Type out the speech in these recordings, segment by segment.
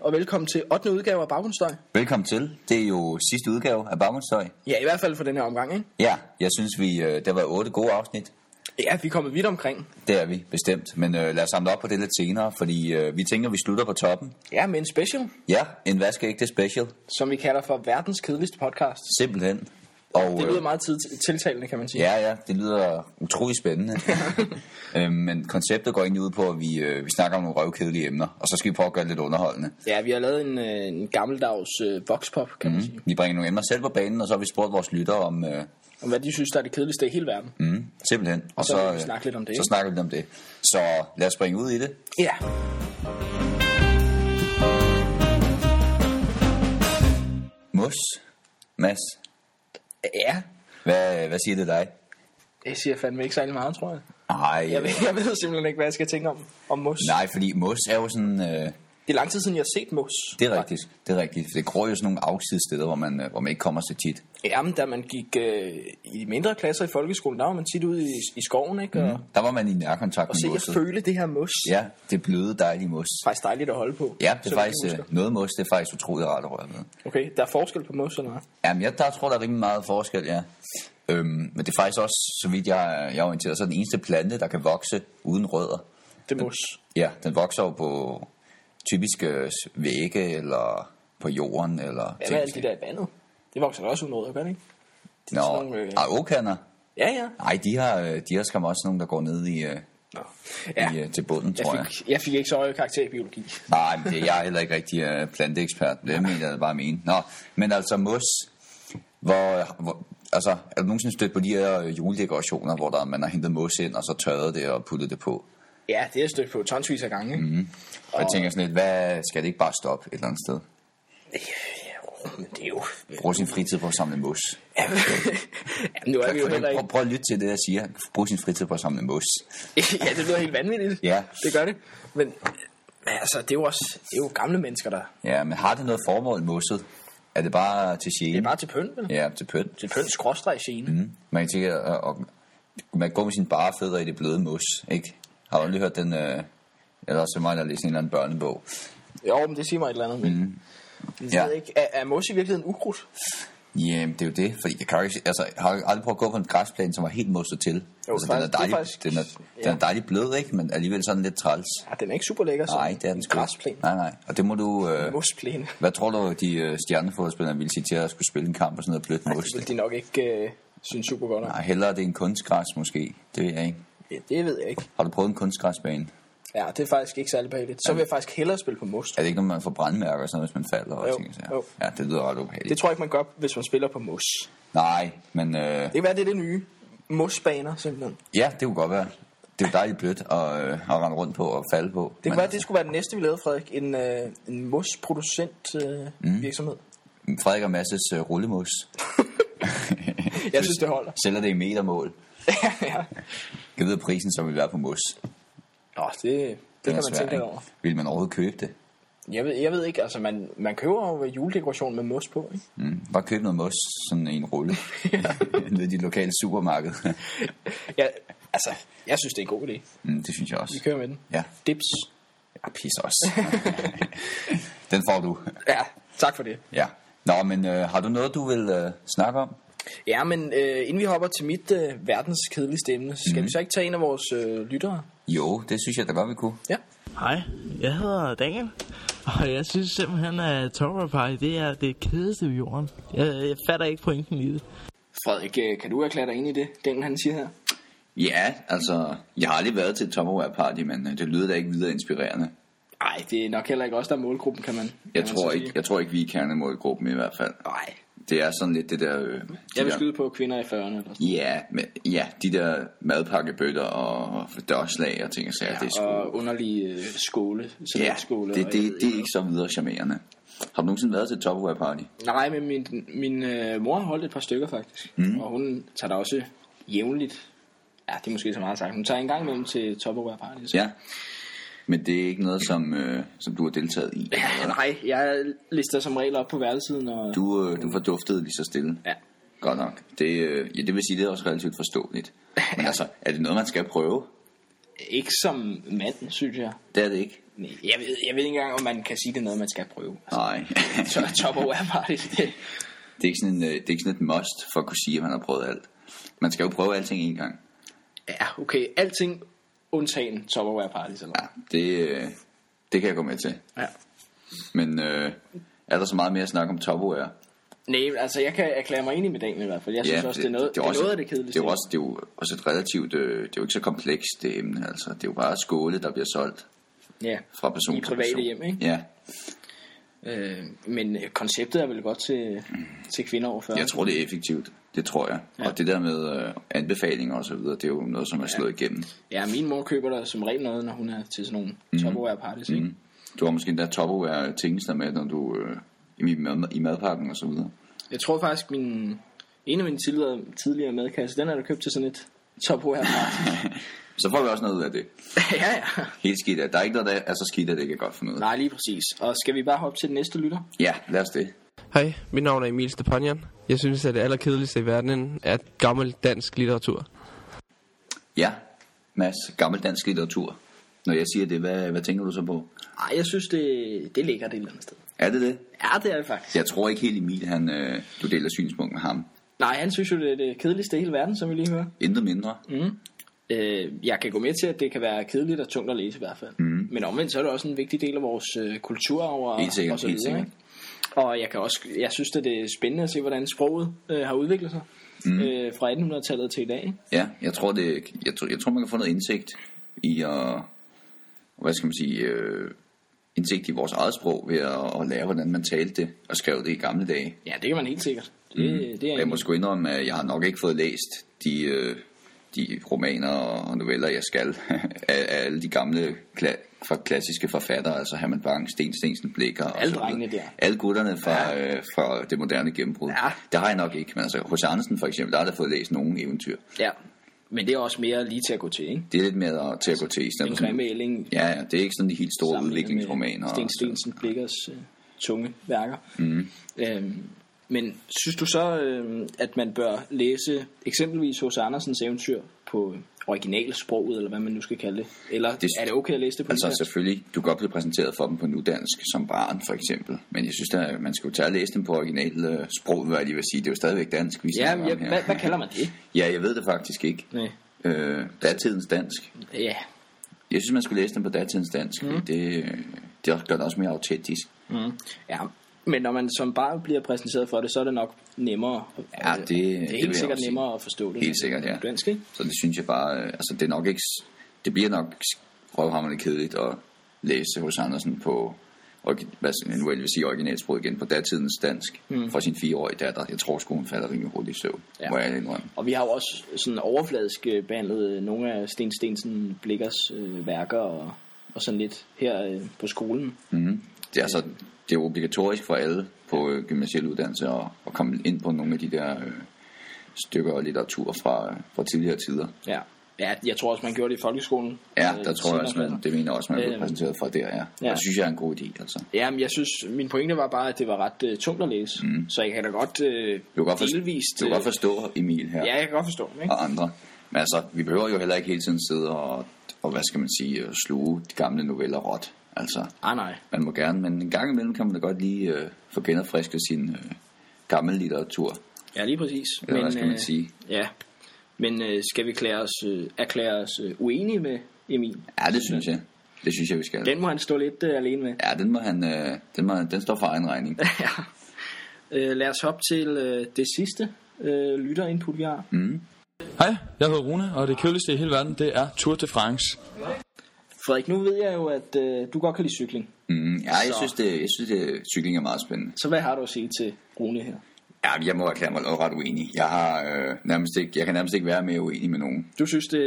og velkommen til 8. udgave af Baggrundsstøj. Velkommen til. Det er jo sidste udgave af Baggrundsstøj. Ja, i hvert fald for den her omgang, ikke? Ja, jeg synes, vi, øh, der var otte gode afsnit. Ja, vi er kommet vidt omkring. Det er vi, bestemt. Men øh, lad os samle op på det lidt senere, fordi øh, vi tænker, vi slutter på toppen. Ja, med en special, Ja, en vaskeægte special, som vi kalder for verdens kedeligste podcast. simpelthen. Og, Det lyder øh, meget tid- tiltalende, kan man sige. Ja, ja, det lyder utrolig spændende. øhm, men konceptet går egentlig ud på, at vi, øh, vi snakker om nogle røvkedelige emner, og så skal vi prøve at gøre det lidt underholdende. ja vi har lavet en, øh, en gammeldags øh, voxpop, kan mm. man sige. Vi bringer nogle emner selv på banen, og så har vi spurgt vores lyttere om... Øh, Om hvad de synes, der er det kedeligste i hele verden. Mm. mm, simpelthen. Og, så vil vi snakke lidt om det, Så ikke? snakker vi lidt om det. Så lad os springe ud i det. Ja. Mus, Mads, Ja. hvad, hvad siger det dig? Det siger fandme ikke særlig meget, tror jeg. Nej, Jeg ved, jeg ved simpelthen ikke, hvad jeg skal tænke om, om mos. nej, fordi mos er jo sådan... Øh, Det er lang tid siden, jeg har set mos. det er rigtigt, det er rigtigt. For det gror jo sådan nogle afsidessteder, hvor man, øh, hvor man ikke kommer så tit. Jamen, da man gik øh, i de mindre klasser i folkeskolen, der var man tit ude i, i skoven, ikke? Og, Der var man i nærkontakt og med se og mosset. føle det her mos. Ja, det bløde, dejlige mos. Det er øh, faktisk dejligt at holde på. Ja, det er Som faktisk du husker. øh, noget mos, det er faktisk utroligt rart at røre ved. Okay, der er forskel på mos eller hvad? Jamen, jeg der tror, der er rimelig meget forskel, ja. Øhm, men det er faktisk også, så vidt jeg, jeg er orienteret, så er den eneste plante, der kan vokse uden rødder. Det er mos. Ja, den vokser jo på typisk øh, vægge, eller på jorden, eller... Ja, hvad er alt det der i vandet? Det vokser da også ud noget, gør det ikke? Det er Nå, sådan nogle, øh, ej, åkander. ja, ja. Nej, de har, øh, de har skam også nogen, der går ned i, øh, Nå. ja. ja. i øh, til bunden, tror Jeg jeg. fik, jeg fik ikke så høje karakter i biologi. Nej, men det, jeg er heller ikke rigtig øh, planteekspert. Det mener jeg bare mene. Nå, men altså mos, hvor, hvor altså, er du nogensinde stødt på de her øh, juledekorationer, hvor der, man har hentet mos ind, og så tørret det og puttet det på? Ja, det er jeg stødt på tonsvis af gange. Mm. Og jeg tænker sådan lidt, hvad skal det ikke bare stoppe et eller andet sted? Men det er jo... Brug sin fritid på at samle mos. Jamen, nu er vi jo heller ikke... Prøv, prøv at lytte til det, jeg siger. Brug sin fritid på at samle mos. ja, det lyder helt vanvittigt. Ja. Det gør det. Men men altså, det er jo også det er jo gamle mennesker, der... Ja, men har det noget formål, mosset? Er det bare til gene? Det er bare til pønt, vel? Ja, til pynt. Til pønt skråstreg gene. Mm. Mm. Man kan tænke, at, at man går med sine bare fødder i det bløde mos, ikke? Har du lige hørt den, øh, eller også mig, der læser en eller anden børnebog. Jo, men det siger mig et eller andet. Men, mm. men Ja. ja. ikke, er, er mos i virkeligheden ukrudt? Jamen, det er jo det, fordi jeg, kan jo ikke, altså, jeg har jo aldrig prøvet at gå på en græsplæne, som var helt mosset til. Jo, altså, faktisk- den er dejlig, det er faktisk- den, er, den er ja. dejlig blød, ikke? Men alligevel sådan lidt træls. Ja, Ah, den er ikke super lækker, så Nej, det er den en sgu ikke. græsplæne. Nej, nej. Og det må du... Øh, Mosplæne. hvad tror du, de øh, stjernefodspillere ville sige til at skulle spille en kamp på sådan noget blødt mos? Det vil de nok ikke øh, synes super godt om. Nej, hellere det er en kunstgræs måske. Det ved jeg ikke. Ja, det ved jeg ikke. Har du prøvet en kunstgræsbane? Ja, det er faktisk ikke særlig behageligt. Så vil jeg faktisk hellere spille på mos. Er det ikke, når man får brandmærker og sådan noget, hvis man falder? Og Jo, ting, så? jo. Ja, det lyder ret ubehageligt. Det tror jeg ikke, man gør, hvis man spiller på mos. Nej, men øh, Det kan være, det er det nye. Mosbaner, simpelthen. Det ja, det kunne godt være. Det er jo dejligt blødt at, øh, at rende rundt på og falde på. kunne men være, det skulle være det næste, vi lavede, Frederik. En, øh, en mosproducent øh, mm. virksomhed. Frederik og Masses øh, rullemos Jeg synes, det holder. sælger det i metermål. ja. Jeg ved prisen, som vil være på mos. Det, Nå, det, det kan man tænke over. Vil man overhovedet købe det? Jeg ved, jeg ved ikke, altså man, man køber jo juledekoration med mos på, ikke? Mm. Bare købe noget mos, sådan i en rulle. Nede i dit lokale supermarked. Ja, altså, jeg synes, det er en god idé. mm, det synes jeg Vi også. kører med den. Ja, Dips. ja pis også. Den får du. Ja, tak for det. Ja. Nå, men øh, har du noget, du vil øh, snakke om? Ja, men øh, inden vi hopper til mit øh, verdens kedeligste emne, skal mm-hmm. vi så ikke tage en af vores øh, lyttere? Jo, det synes jeg da godt, vi kunne. Ja. Hej, jeg hedder Daniel, og jeg synes simpelthen, at Tower Pie, det er det kedeligste i jorden. Jeg, jeg fatter ikke pointen i det. Frederik, øh, kan du erklære dig ind i det, den han siger her? Ja, altså, jeg har aldrig været til et Tupperware party, men øh, det lyder da ikke videre inspirerende. Nej, det er nok heller ikke også der er målgruppen, kan man Jeg kan man tror så ikke, sige. jeg tror ikke vi er kernemålgruppen i hvert fald. Nej, Det er sådan lidt det der... Øh, de jeg vil der- skyde på kvinder i 40'erne. Eller sådan. Ja, men, ja, de der madpakkebøtter og dørslag og ting og sager, ja, det er sgu... Og underlige øh, skole, ja, salatskole. det, og jeg det, ved det er ikke så videre charmerende. Har du nogensinde været til et Tupperware party? Nej, men min, min øh, mor har holdt et par stykker faktisk, mm. og hun tager da også jævnligt, ja, det er måske så meget sagt, hun tager en gang imellem til Tupperware Party. Så. Ja. Men det er ikke noget, som, øh, som du har deltaget i? eller? Nej, jeg lister som regel op på værelset, når... Du, øh, du forduftet lige så stille? Ja. Godt nok. Det, øh, ja, det vil sige, det er også relativt forståeligt. Men altså, er det noget, man skal prøve? Ikke som mand, synes jeg. Det er det ikke. Nej, Jeg ved, jeg ved ikke engang, om man kan sige, det er noget, man skal prøve. Nej. Altså, Så top over bare det. det, er ikke sådan en, øh, det er ikke sådan et must for at kunne sige, at man har prøvet alt. Man skal jo prøve alting en gang. Ja, okay. Alting undtagen Tupperware Parties. Eller? Ja, det, øh, det kan jeg gå med til. Ja. Men øh, er der så meget mere at snakke om topware? Nej, altså jeg kan erklære mig enig med Daniel i hvert fald. Jeg synes ja, også, det, er noget, det, er også- noget af det kedeligste. Det er, jo også, det er jo også et relativt, øh, det er jo ikke så komplekst det emne, altså. Det er jo bare skåle, der bliver solgt ja. fra person I til private person. hjem, ikke? Ja, Øh, men øh, konceptet er vel godt til, til kvinder over 40. jeg tror, det er effektivt. Det tror jeg. Ja. Ja. Og det der med øh, anbefalinger og så videre, det er jo noget, som er slået ja. igennem. Ja, min mor køber der som regel noget, når hun er til sådan nogle mm. Tupperware Parties, ikke? Mm. Du har måske endda topware tingester med, når du øh, i, mad, i madpakken og så videre. Jeg tror faktisk, min, en af mine tidligere, tidligere madkasse, den er der købt til sådan et Tupperware Party. Så får vi også noget ud af det. ja, ja. Helt skidt af. Der er ikke noget, der er så skidt, at det ikke er godt for noget. Nej, lige præcis. Og skal vi bare hoppe til den næste lytter? Ja, lad os det. Hej, mit navn er Emil Stepanian. Jeg synes, at det allerkedeligste i verden er gammel dansk litteratur. Ja, Mads, gammeldansk litteratur. Når jeg siger det, hvad, hvad tænker du så på? Nej, jeg synes, det, det ligger det et eller andet sted. Er det det? Ja, det er det faktisk. Jeg tror ikke helt Emil, han, øh, du deler synspunkt med ham. Nej, han synes jo, det er det kedeligste i hele verden, som vi lige hører. Intet mindre. Mm. Øh, jeg kan gå med til, at det kan være kedeligt og tungt at læse i hvert fald. Mm. Men omvendt, så er det også en vigtig del af vores øh, kulturarv og, Helt sikkert, og så helt videre. sikkert. ikke? Og jeg, kan også, jeg synes, at det er spændende at se, hvordan sproget øh, har udviklet sig mm. øh, fra 1800-tallet til i dag. ikke? Ja, jeg tror, det, jeg, tror, jeg tror, man kan få noget indsigt i at, hvad skal man sige, øh, indsigt i vores eget sprog ved at, at lære, hvordan man talte det og skrev det i gamle dage. Ja, det kan man helt sikkert. Det, mm. det er Og jeg må sgu indrømme, at jeg har nok ikke fået læst de, øh, de romaner og noveller, jeg skal, af, af alle de gamle kla- fra klassiske forfattere, altså Herman Bang, Sten Stensen, Blikker og Alle så videre. drengene der. Alle gutterne fra, ja. øh, fra det moderne gennembrud. Ja. Det har jeg nok ikke, men altså hos Andersen for eksempel, der har jeg da fået læst nogen eventyr. Ja, men det er også mere lige til at gå til, ikke? Det er lidt mere til at gå til i stedet En for sådan- grimme ælling Ja, ja, det er ikke sådan de helt store udviklingsromaner. og Sten sådan noget. Stensen Blikkers øh, tunge værker. Mm. Øhm, men synes du så, øh, at man bør læse eksempelvis hos Andersens eventyr på originalsproget, eller hvad man nu skal kalde det? Eller det, er det okay at læse det på Altså altså, selvfølgelig, du kan godt blive præsenteret for dem på nudansk som barn for eksempel, men jeg synes, at man skal jo tage og læse dem på original øh, sprog, hvad de vil sige. Det er jo stadigvæk dansk, vi Ja, snakker men ja, om her. hvad, hvad kalder man det? Ja, jeg ved det faktisk ikke. Nej. Øh, datidens dansk. Ja, Jeg synes, man skulle læse dem på datidens dansk, Mhm. mm. det, øh, det gør det også mere autentisk. mm. ja. Men når man som barn bliver præsenteret for det, så er det nok nemmere. Ja, det- det er det vil helt jeg sikkert også sige. nemmere at forstå det. Helt sikkert, ja. Dansk, ikke? Så det synes jeg bare, øh, altså det er nok ikke, s- det bliver nok s- røvhammerende kedeligt at læse hos Andersen på, orgi- hvad skal jeg nu vil sige, originalsprog igen, på datidens dansk, mm. fra sin fireårige datter. Jeg tror sgu, hun falder rimelig hurtigt i søvn, ja. Ja. må jeg indrømme. Og vi har jo også sådan overfladisk øh, behandlet øh, nogle af Sten Stensen Blikkers øh, værker og, og sådan lidt her øh, på skolen. Mm. Det er altså, det er jo obligatorisk for alle på øh, gymnasiel uddannelse at, at komme ind på nogle af de der øh, stykker og litteratur fra, øh, fra tidligere tider. Ja. ja, jeg tror også, man gjorde det i folkeskolen. Ja, Øh, der tror jeg også, senere. man, det mener jeg også, man er blevet Øhm. præsenteret for der, ja. ja. Ja. Det synes jeg er en god idé, altså. Jamen, jeg synes, min pointe var bare, at det var ret øh, tungt at læse. Mm. Så jeg kan da godt øh, Du kan godt, forstå, delvist... du kan øh, godt forstå Emil her. Ja, jeg kan godt forstå dem, ikke? og andre. Men altså, vi behøver jo heller ikke hele tiden sidde og, og hvad skal man sige, øh, sluge de gamle noveller råt. Altså, Ah, nej. man må gerne, men en gang imellem kan man da godt lige øh, få genopfrisket sin øh, gamle litteratur. Ja, lige præcis. Eller hvad skal man sige? Øh, ja, men øh, skal vi klæde os, øh, erklære os øh, uenige med Emil? Ja, det synes jeg. Det synes jeg, vi skal. Den må han stå lidt øh, alene med. Ja, den, må han, øh, den, må, den står for egen regning. Ja. Øh, lad os hoppe til øh, det sidste øh, lytterinput, vi har. Mm. Hej, jeg hedder Rune, og det kedeligste i hele verden, det er Tour de France. Frederik, nu ved jeg jo, at øh, du godt kan lide cykling. Mm, ja, jeg Så. synes, det, jeg synes det, cykling er meget spændende. Så hvad har du at sige til Rune her? Ja, jeg må erklære mig ret uenig. Jeg, har, øh, nærmest ikke, jeg kan nærmest ikke være mere uenig med nogen. Du synes, det,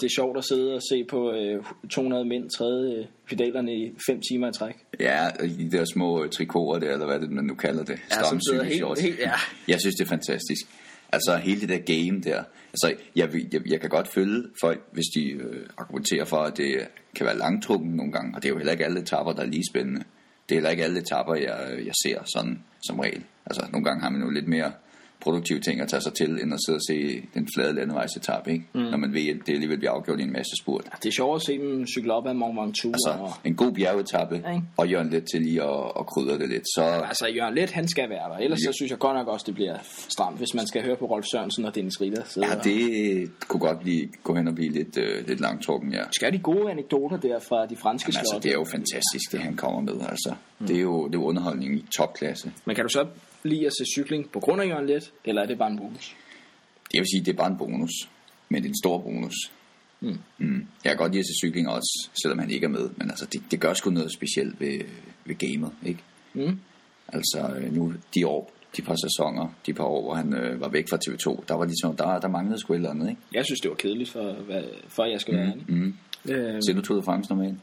det er sjovt at sidde og se på øh, 200 mænd træde øh, pedalerne i 5 timer i træk. Ja, og i de der små øh, trikoter der, eller hvad det man nu kalder det. Ja, som sidder helt- Stamcykelshorts. helt- ja. Jeg synes, det er fantastisk. Altså hele det der game der. Altså, jeg, vil- jeg, jeg kan godt følge folk, hvis de øh, argumenterer for, at det kan være langtrukken nogle gange. Og det er jo heller ikke alle etapper, der er lige spændende. øh, Det er heller ikke alle etapper, jeg, jeg ser sådan som regel. Altså nogle gange har man jo lidt mere produktive ting at tage sig til, end at sidde og se den flade landevejsetappe, ikke? Mm. Når man ved, at det alligevel bliver afgjort i en masse spurt. Det er sjovt at se dem cykle op ad Mont Ventoux. Altså, Altså, en god bjergetappe, Ja, ikke? og Jørgen lidt til lige at, at krydre det lidt. Så og, altså Jørgen Let, han skal være der. Ellers så synes jeg godt nok også, det bliver stramt, hvis man skal høre på Rolf Sørensen og Dennis Ritter. Så, ja, det kunne godt lige gå hen og blive lidt, øh, lidt langtrukken, ja. Skal de gode anekdoter der fra de franske Men slotte? altså, det er jo fantastisk, det han kommer med, altså. Mm. Det er jo det er jo underholdning i topklasse. Men kan du så lide at se cykling på grund af Jørgen Let, eller er det bare en bonus? Jeg vil sige, det er bare en bonus, men det er en stor bonus. Mm. Mm. Jeg kan godt lide at se cykling også, selvom han ikke er med, men altså, det, det gør sgu noget specielt ved, ved gamet, ikke? Mm. Altså, øh, nu de år, de par sæsoner, de par år, hvor han øh, var væk fra TV2, der var ligesom, der, der manglede sgu et eller andet, ikke? Jeg synes, det var kedeligt, for, hvad- for at jeg skal være ærlig. Mm. Øh, Ser du Tour de France normalt?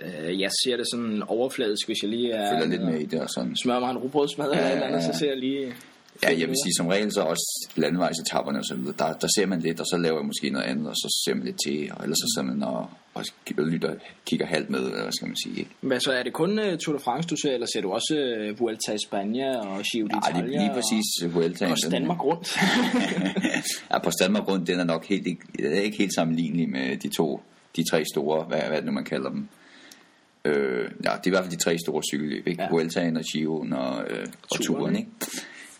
øh, jeg ser det sådan overfladisk, hvis jeg lige er... Følger lidt med i det og sådan. Smører mig en rugbrødsmad Ja, eller et ja, eller andet, ja. så ser jeg lige... Ja, jeg vil sige, som regel så også landevejsetapperne og så videre, der, der ser man lidt, og så laver jeg måske noget andet, og så ser man lidt til, og ellers så sidder man og, og lytter, kigger halvt med, eller hvad skal man sige, ikke? Men så er det kun uh, Tour de France, du ser, eller ser du også uh, Vuelta i Spanien og Giro d'Italia? Nej, det er lige præcis Vuelta. Og, og Danmark rundt. ja, på Danmark rundt, den er nok helt, ikke, den er ikke helt sammenlignelig med de to, de tre store, hvad, hvad er det nu, man kalder dem? Øh, ja, det er i hvert fald de tre store cykelløb, ikke? Ja. Ja. Vueltaen og Giroen og, øh, og Turen, Turen, ikke?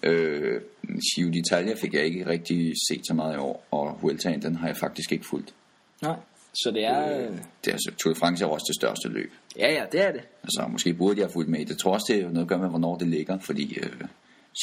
Øh, Giro d'Italia fik jeg ikke rigtig set så meget i år, og Vueltaen, den har jeg faktisk ikke fulgt. Nej, så det er... Øh, Det er, altså, Tour de France er jo også det største løb. ja, ja, det er det. Altså, måske burde jeg have fulgt med i det. Jeg tror også, det er noget at gøre med, hvornår det ligger, fordi øh,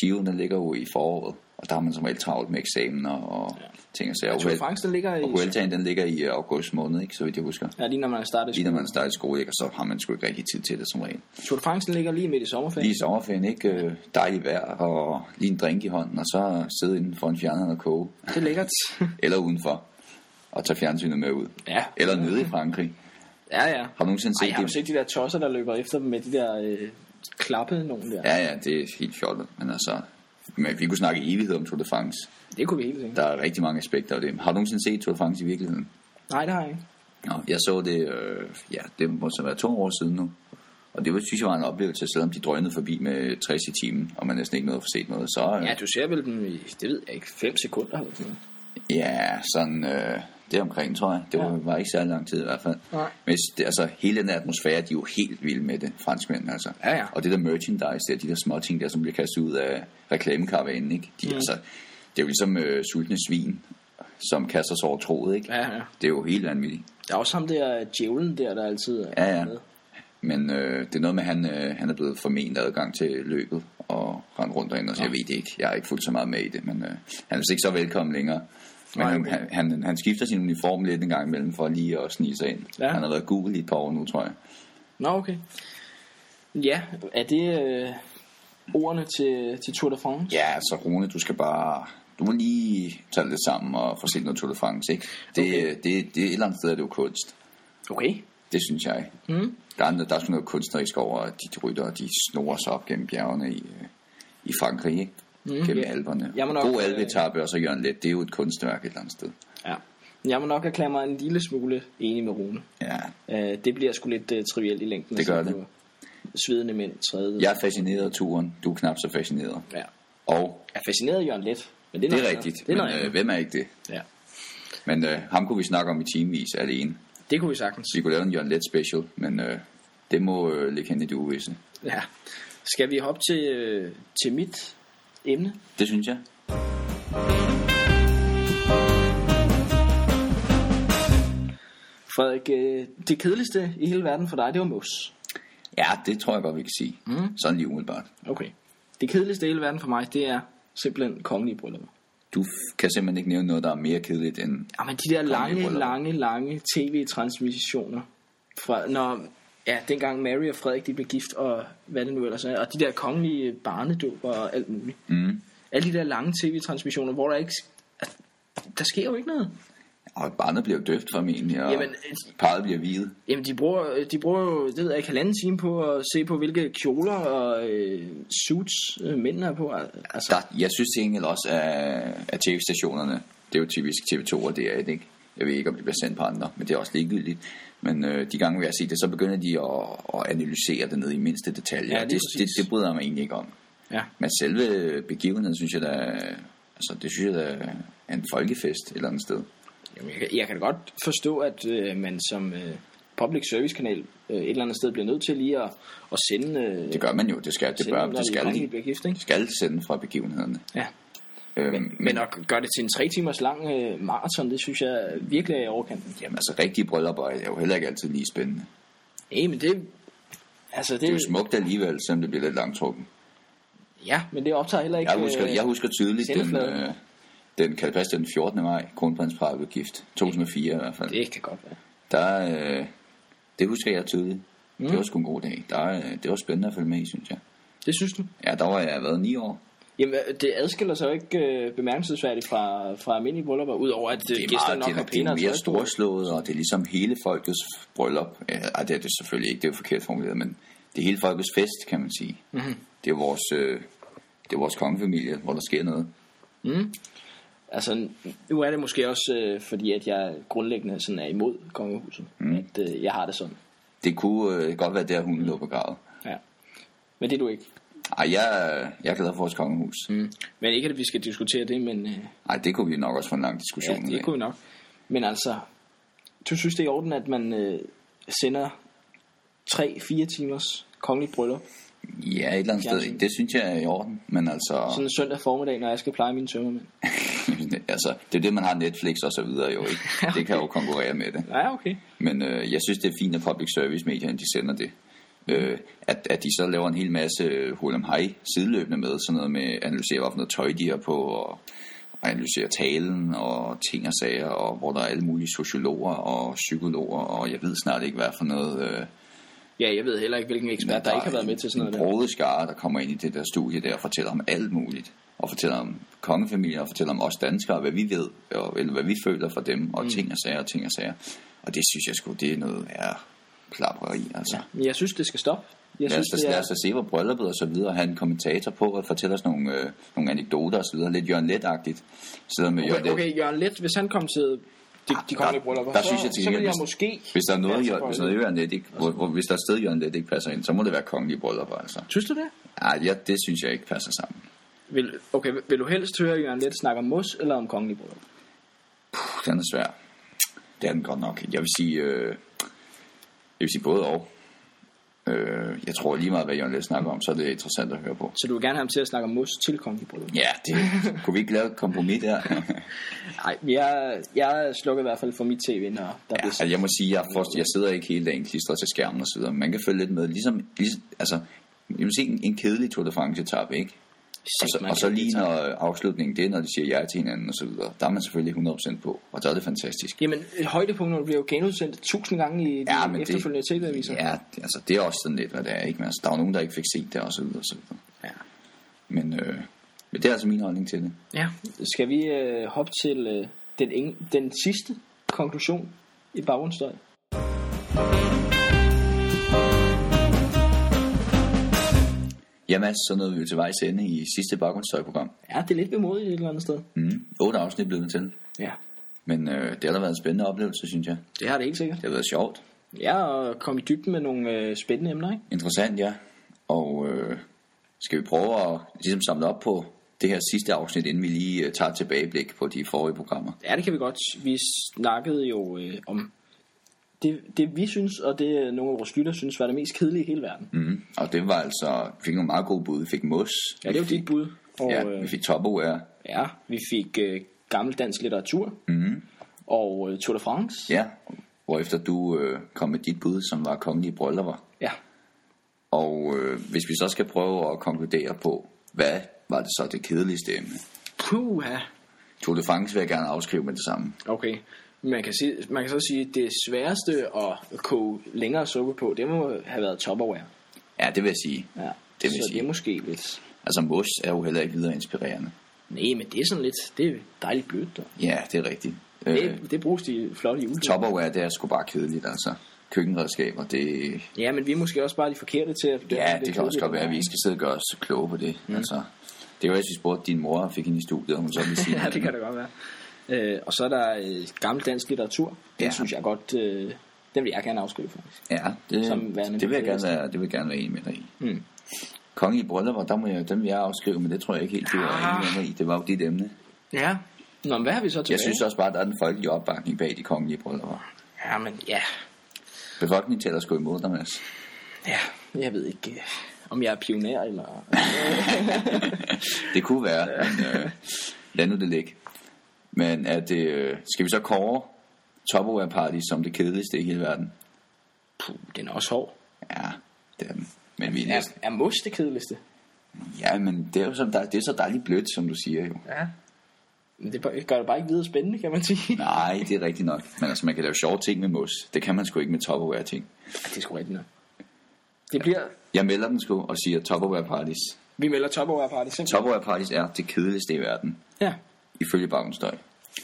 Giroen, den ligger jo i foråret, og der har man som regel travlt med eksamener og ja. ting og sager. Tour de Vuel- France, den ligger i... og Vueltaen, den ligger i øh, august måned, ikke, så vidt jeg husker. Ja, lige når man er startet. Lige når man starter i skole, ikke, og så har man sgu ikke rigtig tid til det som regel. Tour de France, den ligger lige midt i sommerferien. Lige i sommerferien, ikke? Øh, Dejligt vejr, og lige en drink i hånden, og så sidde inden for en fjerneren og koge. Det er lækkert. Eller udenfor, og tage fjernsynet med ud. Ja. Eller nede i Frankrig. ja, ja. Har du nogensinde set Ej, har du det? set de der tosser, der løber efter dem med de der øh, klappe nogen der? Ja, ja, det er helt fjollet, men altså... Men vi kunne snakke i evighed om Tour de France. Det kunne vi helt sikkert. Der er rigtig mange aspekter af det. Har du nogensinde set Tour de France i virkeligheden? Nej, det har jeg ikke. Nå, jeg så det, øh, ja, det må så være to år siden nu. Og det var, synes jeg var en oplevelse, selvom de drønede forbi med 60 i timen, og man næsten ikke nåede at få set noget. Så, øh, Ja, du ser vel dem i, det ved jeg ikke, 5 sekunder eller sådan noget. Ja, sådan øh, det omkring, tror jeg. Det var, Ja. ja. var ikke særlig lang tid i hvert fald. Nej. Men det, altså, hele den atmosfære, de er jo helt vilde med det, franskmændene altså. Ja, ja. Og det der merchandise der, de der små ting der, som bliver kastet ud af reklamekaravanen, ikke? De, mm. altså, det er jo ligesom øh, sultne svin, som kaster sig over troet, ikke? Ja, ja. Det er jo helt vanvittigt. Der er også ham der, øh, djævlen der, der altid er Ja, ja. med. Men øh, det er noget med, at han, øh, han er blevet forment adgang til løbet og rende rundt derinde, og så jeg ved det ikke. Jeg har ikke fulgt så meget med i det, men øh, han er vist ikke så velkommen længere. Men Nej, han, okay. han, han, han skifter sin uniform lidt en gang imellem for lige at snige sig ind. Ja. Ja. Han har været gul i et par år nu, tror jeg. Nå, okay. Ja, er det øh, ordene til, til Tour de France? Ja, altså Rune, du skal bare... Du må lige tage det lidt sammen og få set noget Tour de France, ikke? Det, okay. det, det, det, et eller andet sted er det jo kunst. Okay. Det synes jeg. Mm. Der, er, der er sådan noget kunstnerisk over, at de rytter, de snorer sig op gennem bjergene i, øh, i Frankrig, ikke? Mm, gennem ja. yeah. alberne. Jeg må nok, God øh, alvetappe, og så Jørgen Let, det er jo et kunstværk et eller andet sted. Ja. Jeg må nok erklære mig en lille smule enig med Rune. Ja. Øh, det bliver sgu lidt øh, trivielt i længden. at Det gør se det. på Svedende mænd, tredje. Jeg er fascineret af turen, du er knap så fascineret. ja. Og Jeg er fascineret af Jørgen Let. Men det er, det noget er andet. rigtigt, Det er noget men øh, andet. hvem er ikke det? ja. Men øh, ham kunne vi snakke om i timevis alene. Det kunne vi sagtens. Vi kunne lave en Jørgen Let special, men øh, det må øh, ligge hen i det uvisse. Ja. Skal vi hoppe til, øh, til mit emne? Det synes jeg. Frederik, øh, det kedeligste i hele verden for dig, det var mos. Ja, det tror jeg godt, vi kan sige. Mm. Sådan lige umiddelbart. Okay. Det kedeligste i hele verden for mig, det er simpelthen kongelige bryllupper. Du f- kan simpelthen ikke nævne noget, der er mere kedeligt end Jamen, de der lange, bryllupper. lange, lange tv-transmissioner. Fra, når, ja, dengang Mary og Frederik de blev gift, og hvad det nu ellers er. Og de der kongelige barnedåber og alt muligt. Mm. Alle de der lange tv-transmissioner, hvor der ikke... altså, Der sker jo ikke noget. Og barnet bliver jo døft formentlig, og Jamen, Jamen, øh, parret bliver hvide. Jamen, de bruger, øh, de bruger jo, det ved jeg ikke, halvanden time på at se på, hvilke kjoler og øh, suits øh, mændene er på. Altså, Der, jeg synes til gengæld også, at, at tv-stationerne, det er jo typisk TV2 og DR1, ikke? Jeg ved ikke, om det bliver sendt på andre, men det er også ligegyldigt. Men øh, de gange, vi har set det, så begynder de at, at analysere det ned i mindste detalje. Ja, Ja, lige det, det, præcis. det bryder jeg mig egentlig ikke om. Ja. Men selve begivenheden, synes jeg da, altså det synes jeg da er en folkefest et eller andet sted. Jamen, jeg, kan- jeg kan da godt forstå, at øh, man som øh, public service kanal øh, et eller andet sted bliver nødt til lige at, at sende... Øh, Det gør man jo, det skal, det sende, bør, når det de skal, drenge de, bliver gift, de ikke? skal sende fra begivenhederne. Ja. Øhm, Men, men at gøre det til en tre timers lang øh, maraton, det synes jeg virkelig er i overkanten. Jamen altså, rigtige bryllupper er jo heller ikke altid lige spændende. Nej, men det... Altså, det, Det er jo smukt alligevel, selvom det bliver lidt langtrukken. Ja, men det optager heller ikke... Jeg husker, øh, jeg husker tydeligt den, sendefladen. øh, den, kan det passe, den 14. maj, kronprinsparet blev gift. 2004 i hvert fald. Det kan godt være. Der, øh, det husker jeg tydeligt. Mm. Det var sgu en god dag. Der, øh, det var spændende at følge med i, synes jeg. Det synes du? Ja, der var jeg været ni år. Jamen, øh, det adskiller sig jo ikke øh, bemærkelsesværdigt fra, fra almindelige bryllupper, udover at øh, Det er, gæsterne meget, nok det, har er, det er pænere mere tøj på. storslået, og det er ligesom hele folkets bryllup. Ja, ej, det er det selvfølgelig ikke, det er jo forkert formuleret, men det er hele folkets fest, kan man sige. Mm-hmm. Det er vores, øh, det er vores kongefamilie, hvor der sker noget. Altså, nu er det måske også øh, fordi, at jeg grundlæggende sådan er imod kongehuset. Mm. At øh, jeg har det sådan. Det kunne øh, godt være der, Mm. hun lå på gravet. Ja. Men det er du ikke. Ej, jeg, jeg er glad for vores kongehus. Mm. Mm. Men ikke, at vi skal diskutere det, men øh, Ej, det kunne vi nok også få en lang ja, diskussion det kunne vi nok. Men altså, du synes, det er i orden, at man øh, sender 3-4 timers kongeligt bryllup Ja, et eller andet Fjernsyn. sted. Det synes jeg er i orden, men altså... sådan en søndag formiddag, når jeg skal pleje mine tømmermænd. altså, det er det, man har Netflix og så videre jo, ikke? Det kan jo konkurrere med det. Ja, okay. Men øh, jeg synes, det er fint, at public service medierne, de sender det. Øh, at, at de så laver en hel masse øh, hulam hej sideløbende med, sådan noget med at analysere, hvad for noget tøj de er på, og og analysere talen og ting og sager, og hvor der er alle mulige sociologer og psykologer, og jeg ved snart ikke, hvad for noget... Øh, Ja, jeg ved heller ikke, hvilken ekspert, der, ikke har været med til sådan noget en der. broget skare, der kommer ind i det der studie der og fortæller om alt muligt. Og fortæller om kongefamilier, og fortæller om os danskere, hvad vi ved, og, eller hvad vi føler fra dem, og mm. ting og sager og ting og sager. Og det synes jeg sgu, det er noget af klapperi, altså. Ja. Men jeg synes, det skal stoppe. Jeg Lad synes, os, det da- altså, lad er... os da se, hvor brylluppet og så videre, have en kommentator på og fortælle os nogle, øh, nogle anekdoter og så videre, lidt Jørgen Let-agtigt. Sidder med Jørgen Okay, Leth. okay, Jørgen Let, hvis han kom til de, de kongelige bryllupper, der så, synes jeg til så ville gengæld, jeg hvis- måske... Hvis der er noget, Ja, Jørgen, hvis noget Jørgen Let ikke, hvor, hvor, hvis der er et sted, Jørgen Let ikke passer ind, så må det være kongelige bryllupper, altså. Synes du det? Ej, ja, det synes jeg ikke passer sammen. Vil, okay, vil du helst høre Jørgen Let snakke om mos eller om kongelige bryllupper? Den er svær. Det er den godt nok. Jeg vil sige, øh, jeg vil sige både og. Øh, jeg tror lige meget, hvad Jørgen Leth snakker om, så er det interessant at høre på. Så du vil gerne have ham til at snakke om mos til kongelige bryllupper? Ja, det kunne vi ikke lave et kompromis der. Nej, jeg, jeg slukker i hvert fald for mit tv, når der ja, bliver altså, sagt. jeg må sige, jeg, forst, jeg sidder ikke hele dagen klistret til skærmen og så videre. men Man kan følge lidt med. Ligesom, ligesom altså, jeg vil se en, en kedelig Tour de France etape, ikke? Og så, man og så kan lige når afslutningen, det er, når de siger ja til hinanden og så videre. Der er man selvfølgelig 100% på, og der er det fantastisk. Jamen, højdepunkterne bliver jo genudsendt tusind gange i de Ja, ja, men det- efterfølgende tv-aviser. Ja, det- altså det er også sådan lidt, hvad det er, ikke? Men altså, der er jo nogen, der ikke fik set det, og så videre, og så videre. Ja. Men, øh, men det er altså min holdning til det. ja. Skal vi øh, hoppe til øh, den, eng- den sidste konklusion i baggrundsstøj? Ja, Mads, altså, så nåede vi jo til vejs ende i sidste baggrundsstøjprogram. Ja, det er lidt bemodigt et eller andet sted. Mm. Otte afsnit blev det til. Ja, Men øh, det har da været en spændende oplevelse, synes jeg. det har det helt sikkert. Det har været sjovt, Ja, og komme i dybden med nogle øh, spændende emner, ikke? interessant, ja. Og øh, skal vi prøve at ligesom samle op på det her sidste afsnit, inden vi lige øh, tager et tilbageblik på de forrige programmer. Ja, det kan vi godt. Vi snakkede jo øh, om det, det, vi synes, og det øh, nogle af vores lytter synes, var det mest kedelige i hele verden. Mm. Mm. Og det var altså, vi fik nogle meget gode bud. Vi fik mos. Ja, det var vi fik, dit bud. Og, Ja, vi øh, fik topperware. ja, vi fik øh, gammel dansk litteratur. Mm. Og øh, Tour de France. Ja, hvorefter du øh, kom med dit bud, som var kongelige bryllupper. ja. Og øh, hvis vi så skal prøve at konkludere på, hvad var det så det kedeligste emne? Puh, Tour de France vil jeg gerne afskrive med det samme. Okay. Man kan, sige, man kan så sige, at det sværeste at koge længere suppe på, det må have været topperware. Ja, det vil jeg sige. Ja. Det vil så det sige. er måske lidt... Altså mos er jo heller ikke videre inspirerende. Nej, men det er sådan lidt... Det er dejligt blødt. Og Ja, det er rigtigt. Øh, det, det bruges de flotte julegaver. topperware, det er sgu bare kedeligt, altså. Køkkenredskaber, det... Ja, men vi er måske også bare de forkerte til at bedømme, Ja, om det kan kedeligt også godt være, eller at vi ej. ikke skal sidde og gøre os kloge på det. Mm. Altså, det var, hvis vi spurgte din mor og fik hende i studiet, og hun så ville sige... ja, det kan det godt være. Øh, og så er der øh, gammel dansk litteratur. Den Ja. synes jeg godt... Øh, den vil jeg gerne afskrive, faktisk. Ja, det, Som værende det, vil jeg det gerne være, det vil jeg gerne være enig med dig i. Mm. Kongelige bryllupper, der må jeg, dem vil jeg afskrive, men det tror jeg ikke helt, det Ah. var enig med mig i. Det var jo dit emne. Ja. Nå, men hvad har vi så tilbage? Jeg synes også bare, der er den folkelige opbakning bag de kongelige bryllupper. Ja, men ja. Befolkningen tæller sgu imod dig, Mads. ja. Jeg ved ikke, øh, om jeg er pioner eller... Det kunne være, men øh, lad nu det ligge. Men er det, øh, skal vi så kåre Topaware Party som det kedeligste i hele verden? Puh, den er også hård. Ja, det er den. Men vi er Er, næsten. er mos det kedeligste? Ja, men det er jo så, det er så dejligt blødt, som du siger jo. Ja. Men det gør det bare ikke videre spændende, kan man sige. Nej, det er rigtigt nok. Men altså, man kan lave sjove ting med mos. Det kan man sgu ikke med Topaware ting. Det er sgu rigtigt nok. Det bliver... Jeg melder dem sgu og siger Topaware Parties. Vi melder top over party simpelthen. Topaware Parties er det kedeligste i verden, Ja. ifølge Baggenstøj.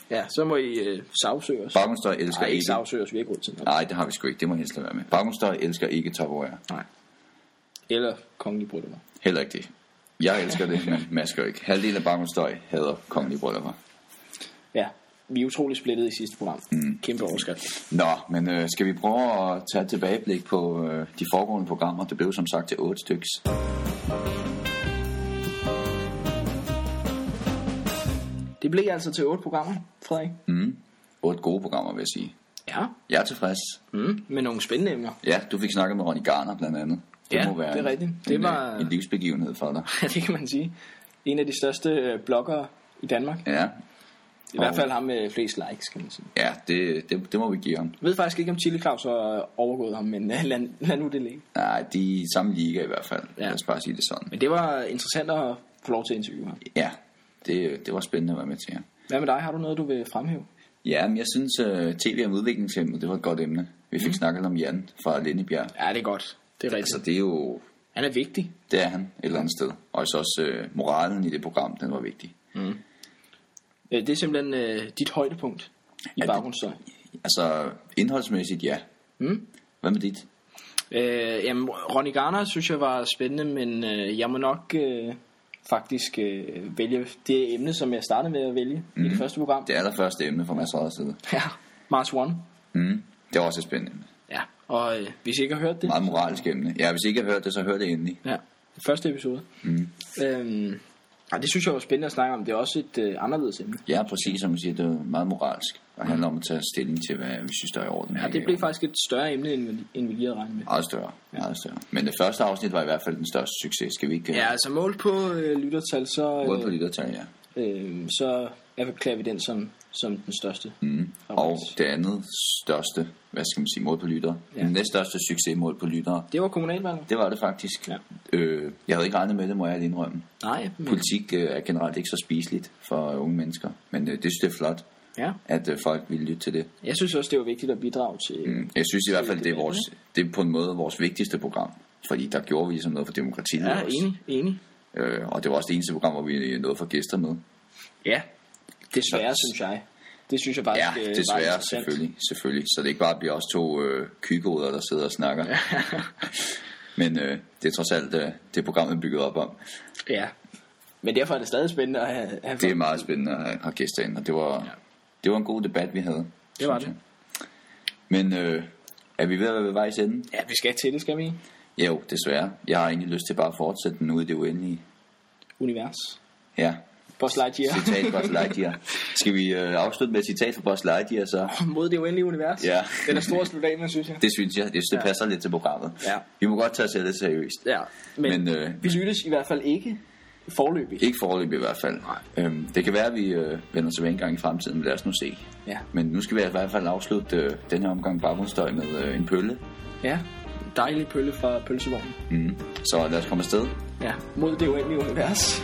Ja, så må I øh, sagsøge os. Baggenstøj elsker Nej, ikke ikke... sagsøge os. Vi har ikke råd til noget. Nej, det har vi sgu ikke. Det må jeg helst lade være med. Baggenstøj elsker ikke Topaware. Nej. Eller kongelige bryllupper. Heller ikke det. Jeg elsker det, men Mads gør ikke. Halvdelen af Bagmans Støj hader kongelige bryllupper. Ja, vi er utrolig splittet i sidste program. Mm. Kæmpe overskrift. Nå, men øh, skal vi prøve at tage et tilbageblik på øh, de foregående programmer? Det blev som sagt til otte styks. Det blev altså til otte programmer, Frederik. Mm. Otte gode programmer, vil jeg sige. Ja, Jeg er tilfreds. mm. med nogle spændende emner. Ja, du fik snakket med Ronny Garner blandt andet. Ja, det er rigtigt. Det en, øh, var- en livsbegivenhed for dig. Ja, det kan man sige. En af de største øh, bloggere i Danmark. Ja. Ja, I hvert fald ham med flest likes, kan man sige. ja det, det, det må vi give ham. Jeg ved faktisk ikke, om Chili Claus har overgået ham, men øh, lad, lad nu det ligge. Nej, de er i samme liga i hvert fald. Ja. Ja. Lad os bare sige det sådan. Men det var interessant at få lov til at interviewe ham. Ja, det, det var spændende at være med til her. Hvad med dig? Har du noget, du vil fremhæve? Ja, men jeg synes, uh, tv om udviklingshemmet, det var et godt emne. Vi fik mm. snakket om Jan fra Lindebjerg. Ja, det er godt. Det er rigtigt. Altså, Altså, det er jo... han er vigtig. Det er han et eller andet sted. Og så også øh, moralen i det program, den var vigtig. Øh, Det er simpelthen øh, dit højdepunkt i det- baggrundsstøj. Altså, indholdsmæssigt, ja. Mm. Hvad med dit? Øh, jamen, Ronny Garner synes jeg var spændende, men øh, jeg må nok øh, faktisk øh, vælge det emne, som jeg startede med at vælge mm. i det første program. Det allerførste emne fra Mads Redders side. Ja, Mars One. Mm. Det var også et spændende emne. Ja, og øh, hvis I ikke har hørt det, Meget moralsk emne. Ja, hvis I ikke har hørt det, så hør det endelig. ja, det første episode. Mm. Øhm, ja, det synes jeg var spændende at snakke om. Det er også et øh, anderledes emne. Ja, præcis som man siger, det er meget moralsk. Og handler om at tage stilling til, hvad vi synes, der er i orden. Ja, det blev faktisk et større emne, end, vi- end vi lige havde regnet med. Meget større, meget større. Men det første afsnit var i hvert fald den største succes. Skal vi ikke... øh, Ja, altså målt på øh, lyttertal, så, Både på øh, lyttertal, ja. øh, så erklærer vi den som, som den største. Mm. Og det andet største, hvad skal man sige, mål på lyttere. Ja. Ja. Den næststørste succes mål på lyttere, Det var kommunalvalget. det var det faktisk. Ja. Øh, jeg havde ikke regnet med det, må jeg lige indrømme. Nej, men, Politik øh, er generelt ikke så spiseligt for øh, unge mennesker, men øh, det synes jeg er flot, ja. at øh, folk vil lytte til det. Jeg synes også, det var vigtigt at bidrage til... Mm. Jeg synes i hvert fald, det er, vores, det er på en måde vores vigtigste program, fordi der gjorde vi ligesom noget for demokratiet Ja, også. enig, enig. Øh, og det var også det eneste program, hvor vi øh, nåede for gæster med. Ja. Desværre, synes jeg. Det synes jeg faktisk Ja, øh, var desværre, interessant. selvfølgelig, selvfølgelig. Så det ikke bare bliver os to øh, kykoder, der sidder og snakker. Men øh, det er trods alt øh, det, programmet er bygget op om. Ja. Men derfor er det stadig spændende at have... have Det er meget spændende at have- have gæster ind, og det var, det var en god debat, vi havde. Det var synes det. jeg. Men øh, er vi ved at være ved vejs ende? Ja, vi skal til det, skal vi? ikke? Ja, jo, desværre. Jeg har egentlig lyst til bare at fortsætte den ude i det uendelige. Univers. Ja, Buzz Lightyear. citat Buzz Lightyear. Skal vi øh, afslutte med et citat fra Buzz Lightyear så? Mod det uendelige univers. Ja. Den er stor at slutte af med, synes jeg. Det synes jeg, det, det Ja. passer lidt til programmet. Ja. Vi må godt tage os selv lidt seriøst. Ja, men, Men, men øh, øh, vi lyttes i hvert fald ikke forløbig. Ikke foreløbig i hvert fald. Øhm, det kan være, at vi øh, vender tilbage en gang i fremtiden, men lad os nu se. Ja. Men nu skal vi i hvert fald afslutte øh, den her omgang baggrundsstøj med øh, en pølle. Ja, dejlig pølle fra pølsevognen. Mm. Så lad os komme afsted. Ja, mod det uendelige univers.